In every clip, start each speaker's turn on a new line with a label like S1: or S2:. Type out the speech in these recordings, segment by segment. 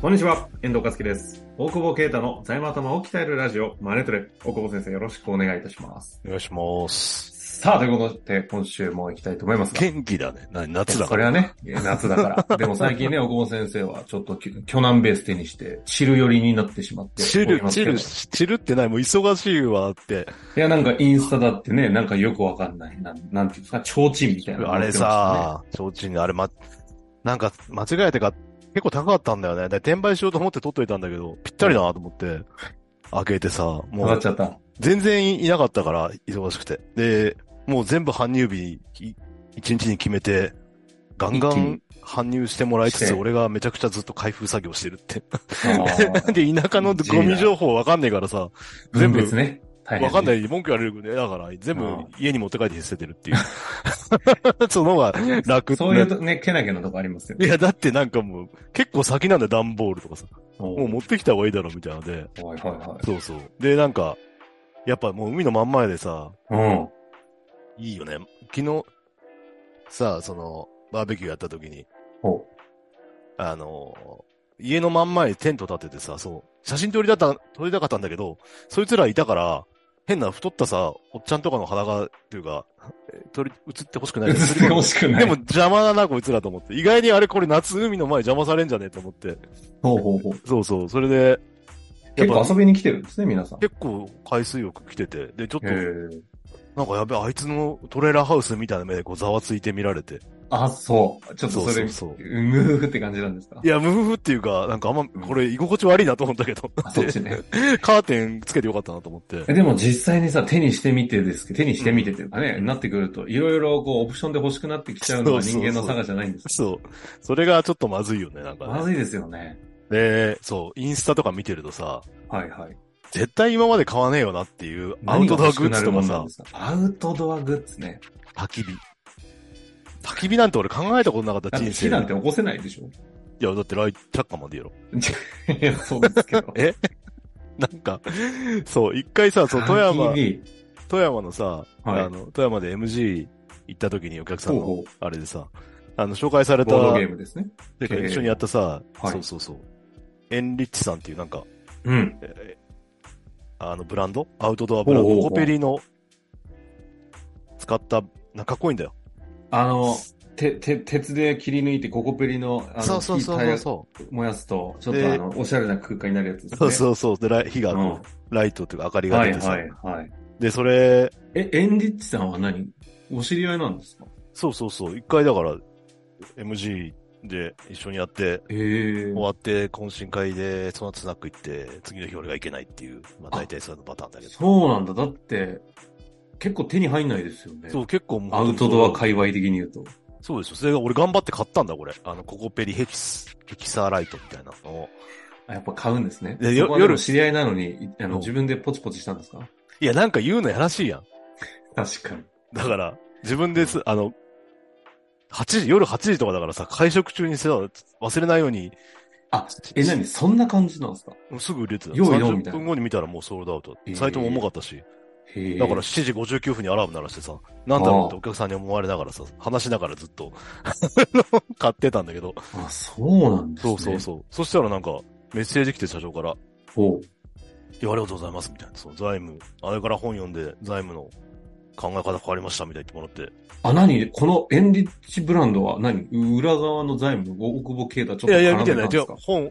S1: こんにちは、遠藤和樹です。大久保啓太の財務頭を鍛えるラジオ、マネトレ。大久保先生、よろしくお願いいたします。
S2: お願いします。
S1: さあ、ということで、今週も行きたいと思いますが。
S2: 元気だね。な夏だ
S1: こ
S2: か
S1: れ
S2: ら。
S1: はね、夏だ から。でも最近ね、大久保先生はちょっとき巨難ベース手にして、チル寄りになってしまって
S2: チ
S1: おり
S2: ル、
S1: ます
S2: チ
S1: けど。
S2: ル、チルってない、もう忙しいわって。
S1: いや、なんかインスタだってね、なんかよくわかんない。なんなんていうんですか、提灯みたいなの
S2: あ
S1: 持ってましたね、
S2: れさ、提灯、あれま、なんか間違えてか、結構高かったんだよね。で、転売しようと思って取っといたんだけど、ぴったりだなと思って、開けてさ、
S1: 上
S2: も
S1: がっ
S2: う
S1: ちゃった。
S2: 全然いなかったから、忙しくて。で、もう全部搬入日、い一日に決めて、ガンガ
S1: 一気に
S2: ン搬入してもらいつ
S1: して
S2: つ、俺がめちゃくちゃずっと開封作業してるって。
S1: あー
S2: で、田舎のゴミ情報わかんねえからさ、全部
S1: 分別ね。大変ね
S2: わかんない、文句言われるね。だから、全部
S1: うん
S2: 家に持って帰って捨ててるっていう。 その方が楽
S1: そういうとね、けなげなとこありますよ
S2: い
S1: ね。
S2: や、だってなんかもう、結構先なんだよ、段ボールとかさ。もう持ってきた方がいいだろ、みたいなので。
S1: はいはいは
S2: そうそう。で、なんか、やっぱもう海の真ん前でさ、
S1: い。うん。
S2: いいよね。昨日、さあ、その、バーベキューやった時に、
S1: ほ
S2: あの、家の真ん前にテント立ててさ、そう、写真撮りだった、撮りたかったんだけど、そいつらいたから、変な太ったさ、おっちゃんとかの裸っていうか、え撮り、映ってほしくな
S1: う。
S2: い
S1: 映
S2: よね
S1: って ほしくない。
S2: でも邪魔だな、こいつらと思って。意外にあれこれ夏海の前邪魔されんじゃねえと思って。
S1: ほうほうほう。
S2: そうそう、それで、や
S1: 結
S2: っ
S1: 構
S2: ぱ
S1: 遊びに来てるんですね、皆さん。
S2: 結構海水浴来てて、で、ちょっと、
S1: へえ
S2: なんかやべえ、あいつのトレーラーハウスみたいな目でこうざわついて見られて。
S1: あ、そう。ちょっとそれ、
S2: そうそうそ
S1: ムーフって感じなんですか
S2: いや、ムフフっていうか、なんかあんま、これ居心地悪いなと思ったけど。
S1: あそっちね
S2: カーテンつけてよかったなと思って。
S1: えでも実際にさ、手にしてみてですけど、手にしてみてっていうかね、
S2: うん
S1: なってくると、いろいろこう、オプションで欲しくなってきちゃうのが
S2: そう
S1: 人
S2: そうそ
S1: 間
S2: う
S1: の差がじゃないんですか
S2: そう。それがちょっとまずいよね、なんか、ね。
S1: まずいですよね。
S2: で、そう、インスタとか見てるとさ、
S1: はいはい。
S2: 絶対今まで買わねえよなっていうアウトドアグッズと
S1: 何が欲し
S2: か
S1: くなるものな
S2: さ
S1: んで、すかアウトドアグッズね。
S2: 焚き火。焚き火なんて俺考えたことなかっ
S1: だ
S2: た
S1: って
S2: 人
S1: 火
S2: 生。
S1: なんて起こせないでしょ
S2: いや、だってライト、着火までやろ。
S1: いや、そうです けど。
S2: えなんか、そう、一回さ、そう、富山
S1: 焚、き
S2: 富山のさ、
S1: はい
S2: あの、富山で MG 行った時にお客
S1: 火
S2: さん
S1: ほう
S2: の、
S1: ほう。
S2: あれでさ、あの、紹介された、
S1: ボードゲームですね。
S2: てか一緒にやったさ、
S1: はい
S2: そうそうそう、エンリッチさんっていうなんか、
S1: うん。
S2: えーあのブランドアウトドアブラン
S1: ほうほう
S2: ド、
S1: ほう
S2: コペリの使った、なんかかっこいいんだよ。
S1: あの、て、て、鉄で切り抜いて、ココペリの、あの、火耐え
S2: そ
S1: 燃やすと、ちょっ
S2: で
S1: とあの、おしゃれな空間になるやつですね。
S2: そうそうそう。で、ライ火が、
S1: うん
S2: ライトっていうか明かりが
S1: は
S2: 出
S1: い
S2: てさ。
S1: はいはい。
S2: で、それ、
S1: え、エンリッチさんは何お知り合いなんですか
S2: そうそうそう。一回だから、MG で一緒にやって、
S1: へえ
S2: 終。わって懇親会で、その後スナック行って、次の日俺が行けないっていう、まあ
S1: あ
S2: 大体そのパターンだけど。
S1: そうなんだ。だって、結構手に入んないですよね。
S2: そう、結構もう
S1: アウトドア界隈的に言うと。
S2: そうでしょ。それが俺頑張って買ったんだ、これ。あの、ココペリヘキス、ヘキサーライトみたいなのを。
S1: あやっぱ買うんですね。
S2: で
S1: そ
S2: よ
S1: こはでも
S2: 夜
S1: 知り合いなのに、あ
S2: う
S1: の、
S2: ん
S1: 自分でポチポチしたんですか
S2: いや、なんか言うのやらしいやん。
S1: 確かに。
S2: だから、自分です、あの、8時、夜8時とかだからさ、会食中にさ、忘れないように、
S1: あ、え、何そんな感じなんですか
S2: すぐ売れてた。
S1: 用意どんみたいな
S2: 30分後に見たらもうソールドアウト
S1: へー。
S2: サイトも重かったし。
S1: へえ。
S2: だから、7時59分にアラーム鳴らしてさ、なんだろうってお客さんに思われながらさ、話しながらずっと、 買ってたんだけど。
S1: あ、そうなんですね。
S2: そうそうそう。そしたらなんか、メッセージ来て社長から、
S1: ほう。
S2: いや、ありがとうございます、みたいな。そう、財務、あれから本読んで、財務の考え方変わりました、みたいな言ってもらっ
S1: あ、何このエンリッチブランドは何裏側の財務の大久保啓太ちょっと
S2: て。いやい
S1: 絡
S2: や、
S1: ん
S2: 見
S1: で
S2: て
S1: た
S2: ない。
S1: ん
S2: じ
S1: です
S2: ゃあ
S1: か、
S2: 本、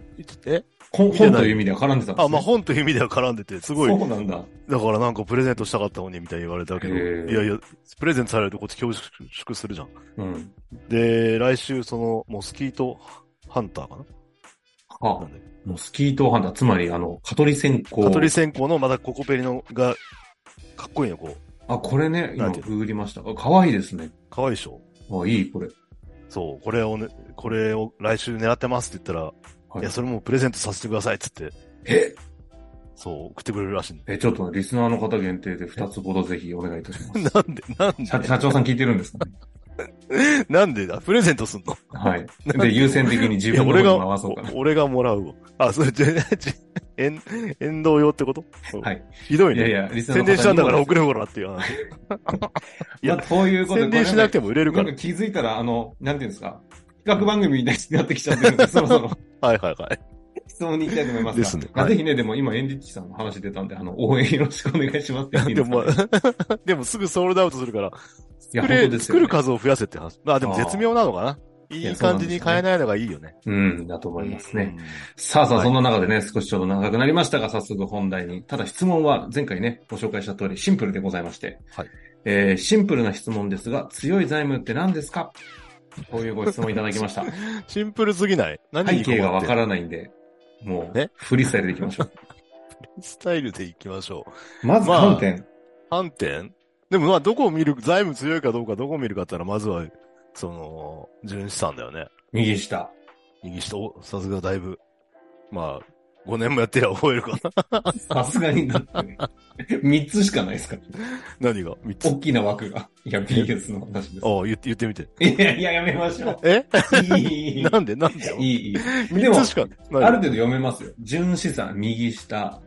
S2: え
S1: 本
S2: 見てない
S1: 本という意味では絡んでたんです、ね、
S2: あ、まあ本という意味では絡んでて、すごい、
S1: そうなんだ。
S2: だからなんかプレゼントしたかったのに、みたいに言われたけど、
S1: へー
S2: いやいや、プレゼントされるとこっち恐縮するじゃん。
S1: うん。
S2: で、来週、その、モスキートハンターかなな
S1: あ
S2: ん、だっけ
S1: もうスキートハンター、つまり、あの、蚊取り線香。
S2: カトリ線香の、まだココペリのが、かっこいいの、こう。
S1: あ、これね、今、
S2: なんていうの
S1: ググりました。あ可愛いですね。
S2: かわいいでしょ
S1: あ、いい、これ。
S2: そう、これをね、これを来週狙ってますって言ったら、
S1: はい
S2: いや、それもうプレゼントさせてくださいっつって、
S1: え
S2: そう、送ってくれるらしいん
S1: え、ちょっと、リスナーの方限定で2つほどぜひお願いいたします。
S2: なんで、なん
S1: 社社長さん聞いてるんですか ね
S2: で、なんでだプレゼントすんの
S1: はい。で、優先的に自
S2: いや、
S1: 分の
S2: 俺が、
S1: 方に回そうかな。
S2: お俺がもらうわ。あ、それ、じゃ、じゃ、遠、遠道用ってこと
S1: はい。
S2: ひどい
S1: いやい
S2: ね。
S1: や、リスナーの方にも
S2: 宣伝したんだから送れほらってい う話。いや
S1: まあ、こういうことで
S2: 宣伝しなくても売れる
S1: な
S2: か
S1: ん
S2: ら
S1: か。気づいたら、あの、なんていうんですか、企画番組みたいになってきちゃってるんで、そろそろ。
S2: はいはいはい。
S1: 質問に行きたいと思いますが。
S2: ですね
S1: あ
S2: はい
S1: ぜひね、でも今、エンディッチさんの話出たんで、あの、応援よろしくお願いしますって言っていい
S2: で
S1: ですか
S2: も、まあでもす ぐソールドアウトするから、
S1: いや
S2: 作
S1: 本当で
S2: れ、
S1: すよ
S2: 作
S1: ね
S2: る数を増やせって話。まあでも絶妙なのかな。い
S1: や
S2: い
S1: そうなん
S2: 感じに
S1: ですよね
S2: 変えないのがいいよね。
S1: うん、だと思いますね。
S2: うん。
S1: さあさあ、
S2: はい
S1: そんな中でね、少しちょっと長くなりましたが、早速本題に。ただ質問は前回ね、ご紹介した通りシンプルでございまして。
S2: はい
S1: えーシンプルな質問ですが、強い財務って何ですかこういうご質問いただきま した。
S2: シンプルすぎない。何
S1: 背
S2: に困って
S1: 景がわかららないんで、もう、
S2: ね
S1: フリースタイルでいきま しょう。
S2: スタイルでいきましょう。
S1: まず
S2: まあ
S1: 観点。
S2: 反転でもまあどこを見る、財務強いかどうかどこを見るかってのは、まずは、その、純資産だよね。
S1: 右下。
S2: 右下、おさすがだいぶ、まあ、5年もやってりゃ覚えるかな。
S1: さすがにだってね、3つしかないですから。
S2: 何が ?3 つ。
S1: 大きな枠が。いや、BS の話です。
S2: ああ、言って、言ってみて。
S1: いやいや、やめましょう。
S2: え
S1: いい、 いい、い
S2: なんでなんで
S1: い。いい、いい。で
S2: 3
S1: も
S2: つしかない。
S1: ある程度読めますよ。純資産、右下。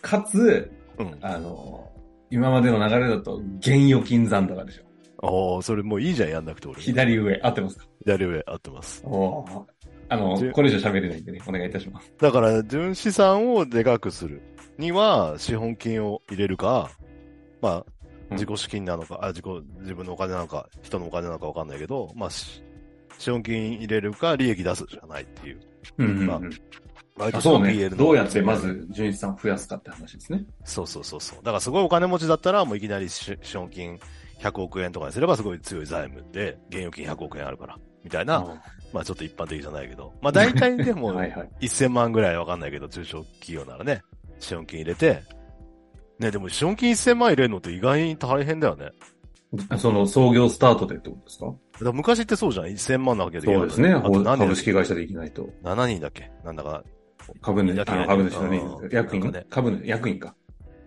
S1: かつ、
S2: うん。うん。あ
S1: あの、今までの流れだと、現預金残高でしょ。
S2: あ、それもういいじゃん、やんなくて俺。
S1: 左上、合ってますか
S2: 左上、合ってます。
S1: おーあの
S2: じゅ、
S1: これ以上喋れないんでね、お願いいたします。
S2: だから、純資産をでかくするには、資本金を入れるか、ま
S1: うん
S2: あ、自己資金なのか、あ、自己、自分のお金なのか、人のお金なのかわかんないけど、まあ、し資本金入れるか、利益出すじゃないっていう。
S1: うんうんうん
S2: ま割と
S1: そうね
S2: PL。の
S1: どうやってまず、純資産を増やすかって話ですね。
S2: そうそうそうそう。だからすごいお金持ちだったら、もういきなりし資本金100億円とかにすればすごい強い財務で、現預金100億円あるから、みたいな、まあちょっと一般的じゃないけど、まあ大体で も
S1: はいはい。
S2: 1000万ぐらいわかんないけど、中小企業ならね、資本金入れて、ね、でも資本金1000万入れるのって意外に大変だよね。だか
S1: その、創業スタートでってことですから
S2: 昔ってそうじゃん ?1000 万なわけで
S1: そうですね。
S2: あと
S1: ほう
S2: 何
S1: 株
S2: 人
S1: 式会社でいきないと。
S2: だ ?7 人だっけなんだか、
S1: 株主、
S2: だ
S1: あ
S2: けが
S1: 株主だね
S2: うん。
S1: 役員
S2: なんかね
S1: 株主、役員か。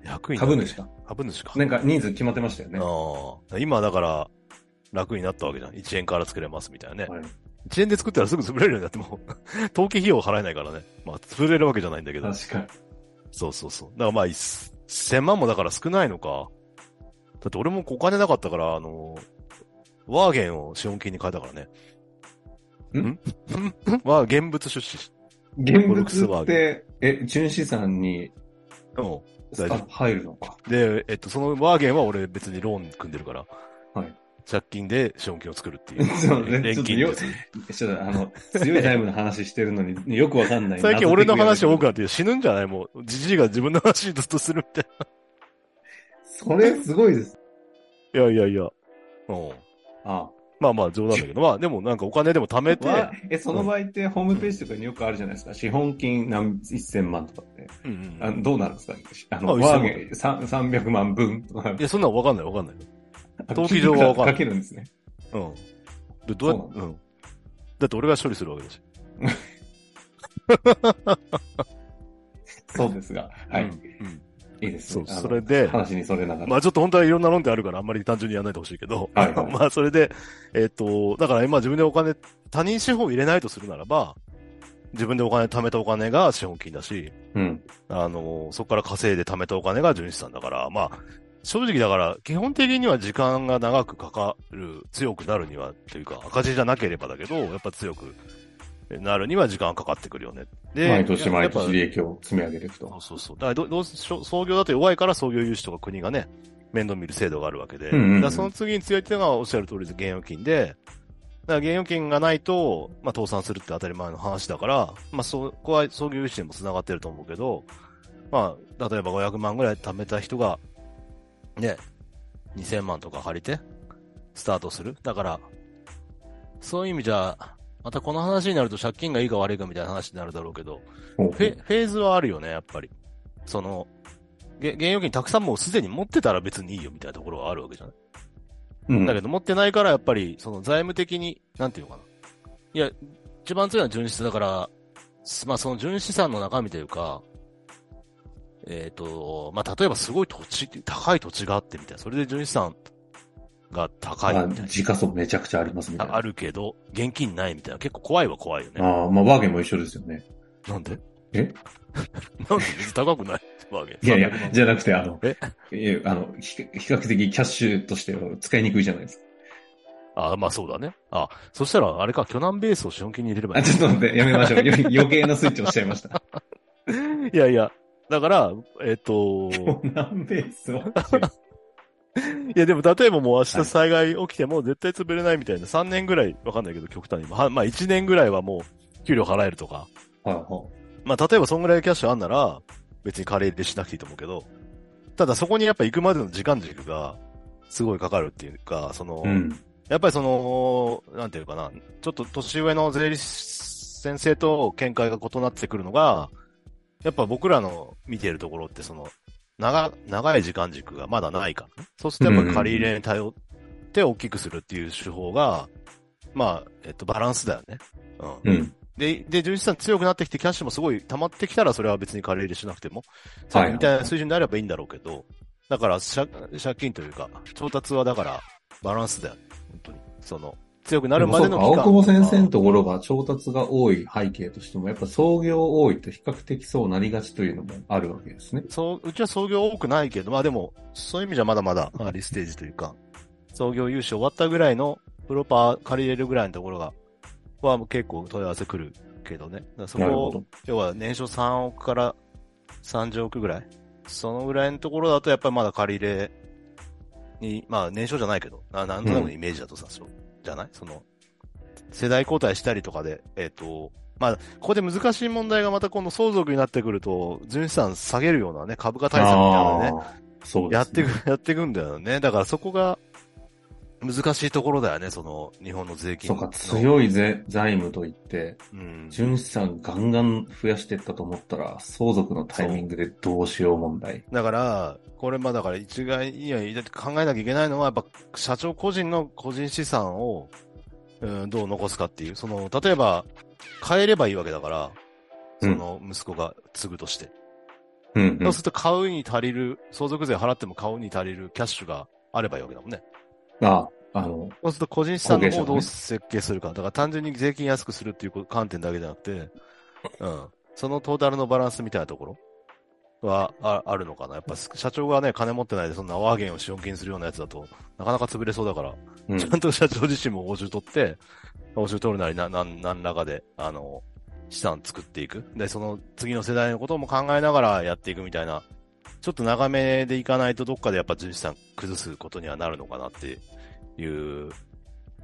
S2: 100人だっ
S1: 株
S2: け
S1: 主か。
S2: 株主か。
S1: なんか人数決まってましたよね。は
S2: ああ今だから、楽になったわけじゃん。1円から作れますみたいなね。
S1: い
S2: 1円で作ったらすぐ潰れるようになってもう、 登記費用払えないからね。まあ、潰れるわけじゃないんだけど。
S1: 確かに。
S2: そうそうそう。だからまあ、1000万もだから少ないのか。だって俺もお金なかったから、あの、ワーゲンを資本金に変えたからね。
S1: ん
S2: ん は、現物出資し。
S1: 現
S2: ボルクス
S1: 物
S2: ワ
S1: っ
S2: ーゲ
S1: て、え、純資産に、
S2: うん。大丈夫
S1: あ、入るのか。
S2: で、えっと、そのワーゲンは俺別にローン組んでるから。
S1: はい。
S2: 借金で資本金を作るっていう。
S1: そうね
S2: 連金
S1: ちょっ
S2: で
S1: と
S2: す。
S1: ちょっと、あの、強い財務の話してるのに、よくわかんない。
S2: 最近俺の話多く
S1: な。
S2: なって死ぬんじゃないもう、じじいが自分の話ずっとするみたいな。
S1: それすごいです。
S2: いやいやいや。うん。
S1: あ
S2: まあまあ冗談だけど、まあでもなんかお金でも貯めて、
S1: わえ、その場合ってホームページとかによくあるじゃないですか。資本金何、1000万とかって。
S2: うんうん
S1: あのどうなるんですかあ
S2: あ
S1: の、
S2: 1000万
S1: ワーゲンさん300万分とか
S2: い。や、そんなのわかんないわかんない。登記
S1: 記
S2: 上はわかんない
S1: かけるんですね。
S2: うん。でどうや
S1: そうなん
S2: う、ん。だって俺が処理するわけだし。
S1: そうですが。はい。
S2: うんうん
S1: いいです
S2: そ
S1: ね
S2: う、。
S1: あの
S2: それで、
S1: 話にそれながら。
S2: まあちょっと本当はいろんな論点あるからあんまり単純にやらないでほしいけど、
S1: はいはい
S2: まあそれで、えっ、と、だから今自分でお金、他人資本を入れないとするならば、自分でお金貯めたお金が資本金だし、
S1: うん。
S2: あの、そこから稼いで貯めたお金が純資産だから、まあ、正直だから、基本的には時間が長くかかる、強くなるには、というか、赤字じゃなければだけど、やっぱ強くなるには時間かかってくるよね。で、
S1: 毎年毎
S2: やっ
S1: 年
S2: ぱ
S1: 利益を積み上げていく
S2: そ
S1: と
S2: う。そうそう。だからどどうし創業だと弱いから創業融資とか国がね、面倒見る制度があるわけで、
S1: うんうんうん
S2: だからその次に強いっていうのはおっしゃる通りで現預金で、だから現預金がないと、まあ、倒産するって当たり前の話だから、まあ、そこは創業融資にも繋がってると思うけど、まあ、例えば500万ぐらい貯めた人が、ね、2000万とか借りて、スタートする。だから、そういう意味じゃ、またこの話になると借金がいいか悪いかみたいな話になるだろうけど、
S1: ほう
S2: フェフェーズはあるよね、やっぱり。その、げ現預金たくさんもうすでに持ってたら別にいいよみたいなところはあるわけじゃない。
S1: うん
S2: だけど持ってないからやっぱり、その財務的に、なんていうのかな。いや、一番強いのは純資産だから、すまあその純資産の中身というか、えっ、と、まあ例えばすごい土地、高い土地があってみたいな、それで純資産が高い
S1: まあ
S2: みたい
S1: 時価総めちゃくちゃありますみた
S2: な。
S1: い
S2: あ
S1: な。
S2: あるけど、現金ないみたいな。結構怖いは怖いよね。
S1: ああ、まあ、ワーゲンも一緒ですよ ね。
S2: なんで
S1: え
S2: なんで別に高くないわけ。
S1: いやいや、じゃなくて、あの、
S2: え
S1: いやあの、ひ比較的キャッシュとしては使いにくいじゃないです
S2: あ、まあそうだね。あ、そしたら、あれか、巨南ベースを資本金に入れれば
S1: あ、
S2: いい。
S1: ちょっと待って、やめま しょう。よ余計なスイッチをしちゃいました。
S2: いやいや、だから、えっ、 と、
S1: 南ベースを。
S2: いやでも例えばもう明
S1: は
S2: 日
S1: い
S2: 災害起きても絶対潰れないみたいな、3年ぐらい、わかんないけど極端に。はまあ1年ぐらいはもう、給料払えるとか。
S1: はいは
S2: まあ、例えばそんぐらいキャッシュあんなら、別にカレーでしなくていいと思うけど、ただそこにやっぱ行くまでの時間軸が、すごいかかるっていうか、その、
S1: い。うん。
S2: やっぱりその、なんていうかな、ちょっと年上の税理士先生と見解が異なってくるのが、やっぱ僕らの見ているところって、その、長、長い時間軸がまだないから、ね、そうするとやっぱ借り入れに頼って大きくするっていう手法が、まあ、えっと、バランスだよね。うん。
S1: うん。
S2: で、で、純資産強くなってきて、キャッシュもすごい溜まってきたら、それは別に借り入れしなくても、
S1: はい
S2: みたいな水準になればいいんだろうけど、だから借、借金というか、調達はだから、バランスだよ、本当に。その、強くなるまでの
S1: でもそう
S2: 期
S1: か
S2: 間
S1: 青久保先生のところが調達が多い背景としても、やっぱ創業多いと比較的そうなりがちというのもあるわけですね。
S2: そう、うちは創業多くないけど、まあでも、そういう意味じゃまだまだ、アーリーステージというか、創業融資終わったぐらいの、プロパー借り入れるぐらいのところが、はもう結構問い合わせ来るけどね。だからそこ
S1: なる
S2: を
S1: ほど。
S2: 要は年商3億から30億ぐらい。そのぐらいのところだとやっぱりまだ借り入れに、まあ年商じゃないけど、ななんとなくのイメージだとさ、そうじゃないその、世代交代したりとかで、えっ、と、まあ、ここで難しい問題がまた今度相続になってくると、純資産下げるようなね、株価対策みたいなのね、
S1: あーそうです、ね。
S2: やってく、やってくんだよね。だからそこが難しいところだよね、その、日本の税金
S1: そう
S2: の。
S1: か、強いぜ財務といって、
S2: うん。
S1: 純資産ガンガン増やしていったと思ったら、相続のタイミングでどうしよう問題。
S2: だから、これまあだから一概には考えなきゃいけないのは、やっぱ社長個人の個人資産を、うん、どう残すかっていう。その、例えば、買えればいいわけだから、その息子が継ぐとして。
S1: うん、う
S2: そ
S1: ん
S2: うす。ると買うに足りる、相続税払っても買うに足りるキャッシュがあればいいわけだもんね。
S1: あ、あの、
S2: そうすると個人資産の
S1: 後継者の
S2: 方を
S1: ね
S2: どう設計するか。だから単純に税金安くするっていう観点だけじゃなくて、うん。そのトータルのバランスみたいなところはああるのかな。やっぱ社長がね、金持ってないでそんな泡源を資本金するようなやつだと、なかなか潰れそうだから、
S1: うん
S2: ちゃんと社長自身も報酬取って、報酬取るなりな、なん、なんらかで、あの、資産作っていく。で、その次の世代のことも考えながらやっていくみたいな、ちょっと長めでいかないとどっかでやっぱ純資産崩すことにはなるのかなっていう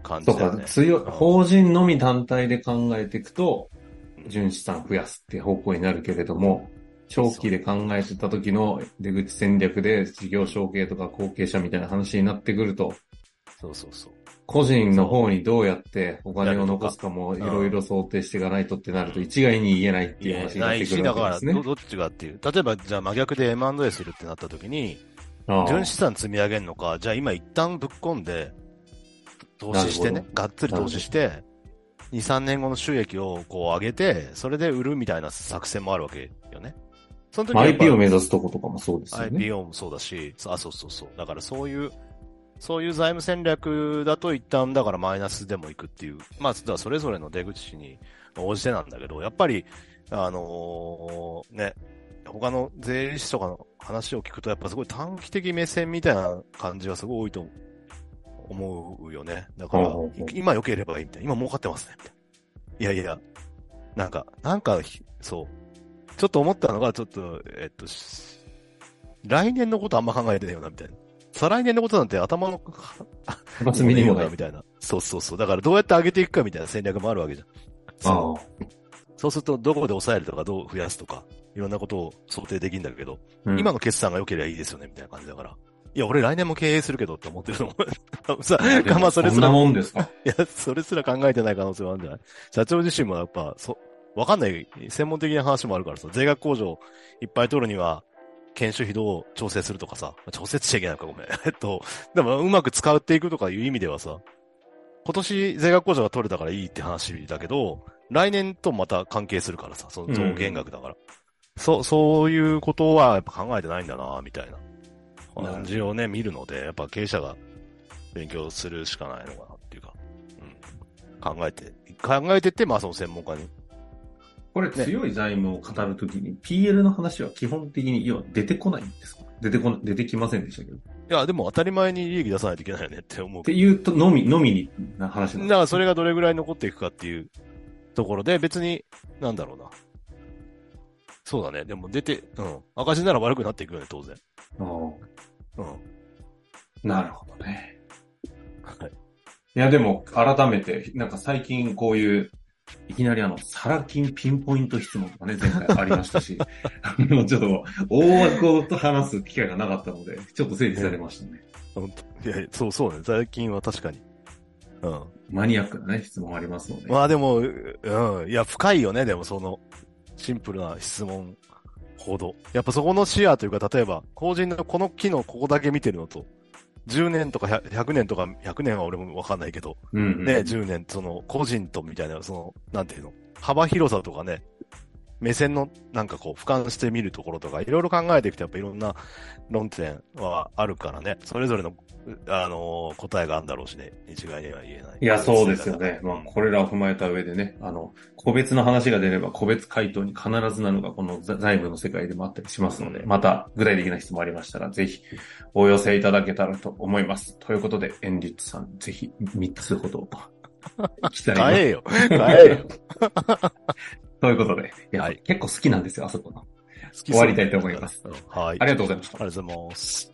S2: 感
S1: そ
S2: じ
S1: う
S2: だよ
S1: か、
S2: ね。
S1: 強い、法人のみ単体で考えていくと、
S2: うん
S1: 純資産増やすって方向になるけれども、長期で考えてた時の出口戦略で事業承継とか後継者みたいな話になってくると、
S2: そうそうそう。
S1: 個人の方にどうやってお金を残すかもいろいろ想定していかないとってなると
S2: うん
S1: 一概に言えないって
S2: い
S1: いう
S2: や
S1: 話にな
S2: な
S1: って
S2: い
S1: く
S2: し、
S1: る
S2: だ
S1: わ
S2: から
S1: けです
S2: ど、
S1: ね。
S2: どっちがっていう。例えば、じゃあ真逆で M&A するってなった時に、
S1: ああ
S2: 純資産積み上げるのか、じゃあ今一旦ぶっ込んで、投資して
S1: な
S2: ね
S1: る、
S2: がっつり投資して、2、3年後の収益をこう上げて、それで売るみたいな作戦もあるわけよね。その時
S1: まあ
S2: はやっぱ
S1: IP を目指すとことかもそうですよね。
S2: IPO もそうだし、そあ、そうそうそう。だからそういう、そういう財務戦略だと一旦だからマイナスでもいくっていう、まあ、だからそれぞれの出口に応じてなんだけど、やっぱり、あのーね、他の税理士とかの話を聞くと、やっぱすごい短期的目線みたいな感じはすごい多いと思うよね。だから
S1: ほうほうほう、
S2: 今良ければいいみたいな。今儲かってますね、みたいな。いやいや、なんか、なんかひ、そう。ちょっと思ったのが、ちょっと、えっと、し来年のことあんま考えてないよな、みたいな。再来年のことなんて頭の
S1: 片隅にもない。
S2: みたいな。そうそうそう。だからどうやって上げていくかみたいな戦略もあるわけじゃん。
S1: ああ
S2: そうすると、どこで抑えるとか、どう増やすとか、いろんなことを想定できるんだけど、
S1: うん
S2: 今の決算が良ければいいですよね、みたいな感じだから。いや、俺来年も経営するけどって思ってると思う。さ、まあそれ
S1: そ
S2: す
S1: んな
S2: ら、い
S1: もんですか。
S2: や、それすら考えてない可能性はあるんじゃない社長自身もやっぱ、そ、わかんない、専門的な話もあるからさ、税額控除いっぱい取るには、研修費どう調整するとかさ、調整しちゃいけないのか、ごめん。 えっと、でもうまく使っていくとかいう意味ではさ、今年税額控除が取れたからいいって話だけど、来年とまた関係するからさ、その増減額だから。そう、そういうことはやっぱ考えてないんだな、みたいな感じをね、見るので、やっぱ経営者が勉強するしかないのかなっていうか、うん。考えて、考えてって、まあその専門家に。
S1: これ強い財務を語るときに PL の話は基本的に要は出てこないんですか出てこな、出てきませんでしたけど。っ
S2: いや、でも当たり前に利益出さないといけないよねって思う
S1: ていうと、のみ、のみにな話なん
S2: だ
S1: で
S2: からそれがどれぐらい残っていくかっていうところで、別に、なんだろうな。そうだね。でも出て、うん。赤字なら悪くなっていくよね、当然。
S1: すああ
S2: うん。
S1: なるほどね。
S2: はい。
S1: いや、でも、改めて、なんか最近こういう、いきなりあの、サラ金ピンポイント質問とかね、前回ありましたし、あの、ちょっと、大枠と話す機会がなかったので、ちょっと整理されましたね。
S2: 本当いやいや、そうそうね。最近は確かに。うん。
S1: マニアックなね、質問ありますので。
S2: まあでも、うん。いや、深いよね、でもその、シンプルな質問ほど。やっぱそこの視野というか、例えば、法人のこの機能ここだけ見てるのと、10年とか100 100年とか、100年は俺もわかんないけど、
S1: うんうん、
S2: ね、10年、その、個人とみたいな、その、なんていうの、幅広さとかね、目線の、なんかこう、俯瞰してみるところとか、いろいろ考えていくと、やっぱいろんな論点はあるからね、それぞれの、うあのー答えがあるんだろうしね、一概には言えない。
S1: いや、そうですよね。まあ、これらを踏まえた上でね、あの、個別の話が出れば、個別回答に必ずなのが、このざ財務の世界でもあったりしますので、また具体的な質問ありましたら、ぜひお寄せいただけたらと思います。ということで、エンリッツさん、ぜひ3つほ ど、期待を
S2: 買え よ、買えよ。
S1: ということで、いや
S2: はい
S1: 結構好きなんですよ、あそこの。終わりたいと思います
S2: うん。はい。
S1: ありがとうございました
S2: あ。りがとうございます。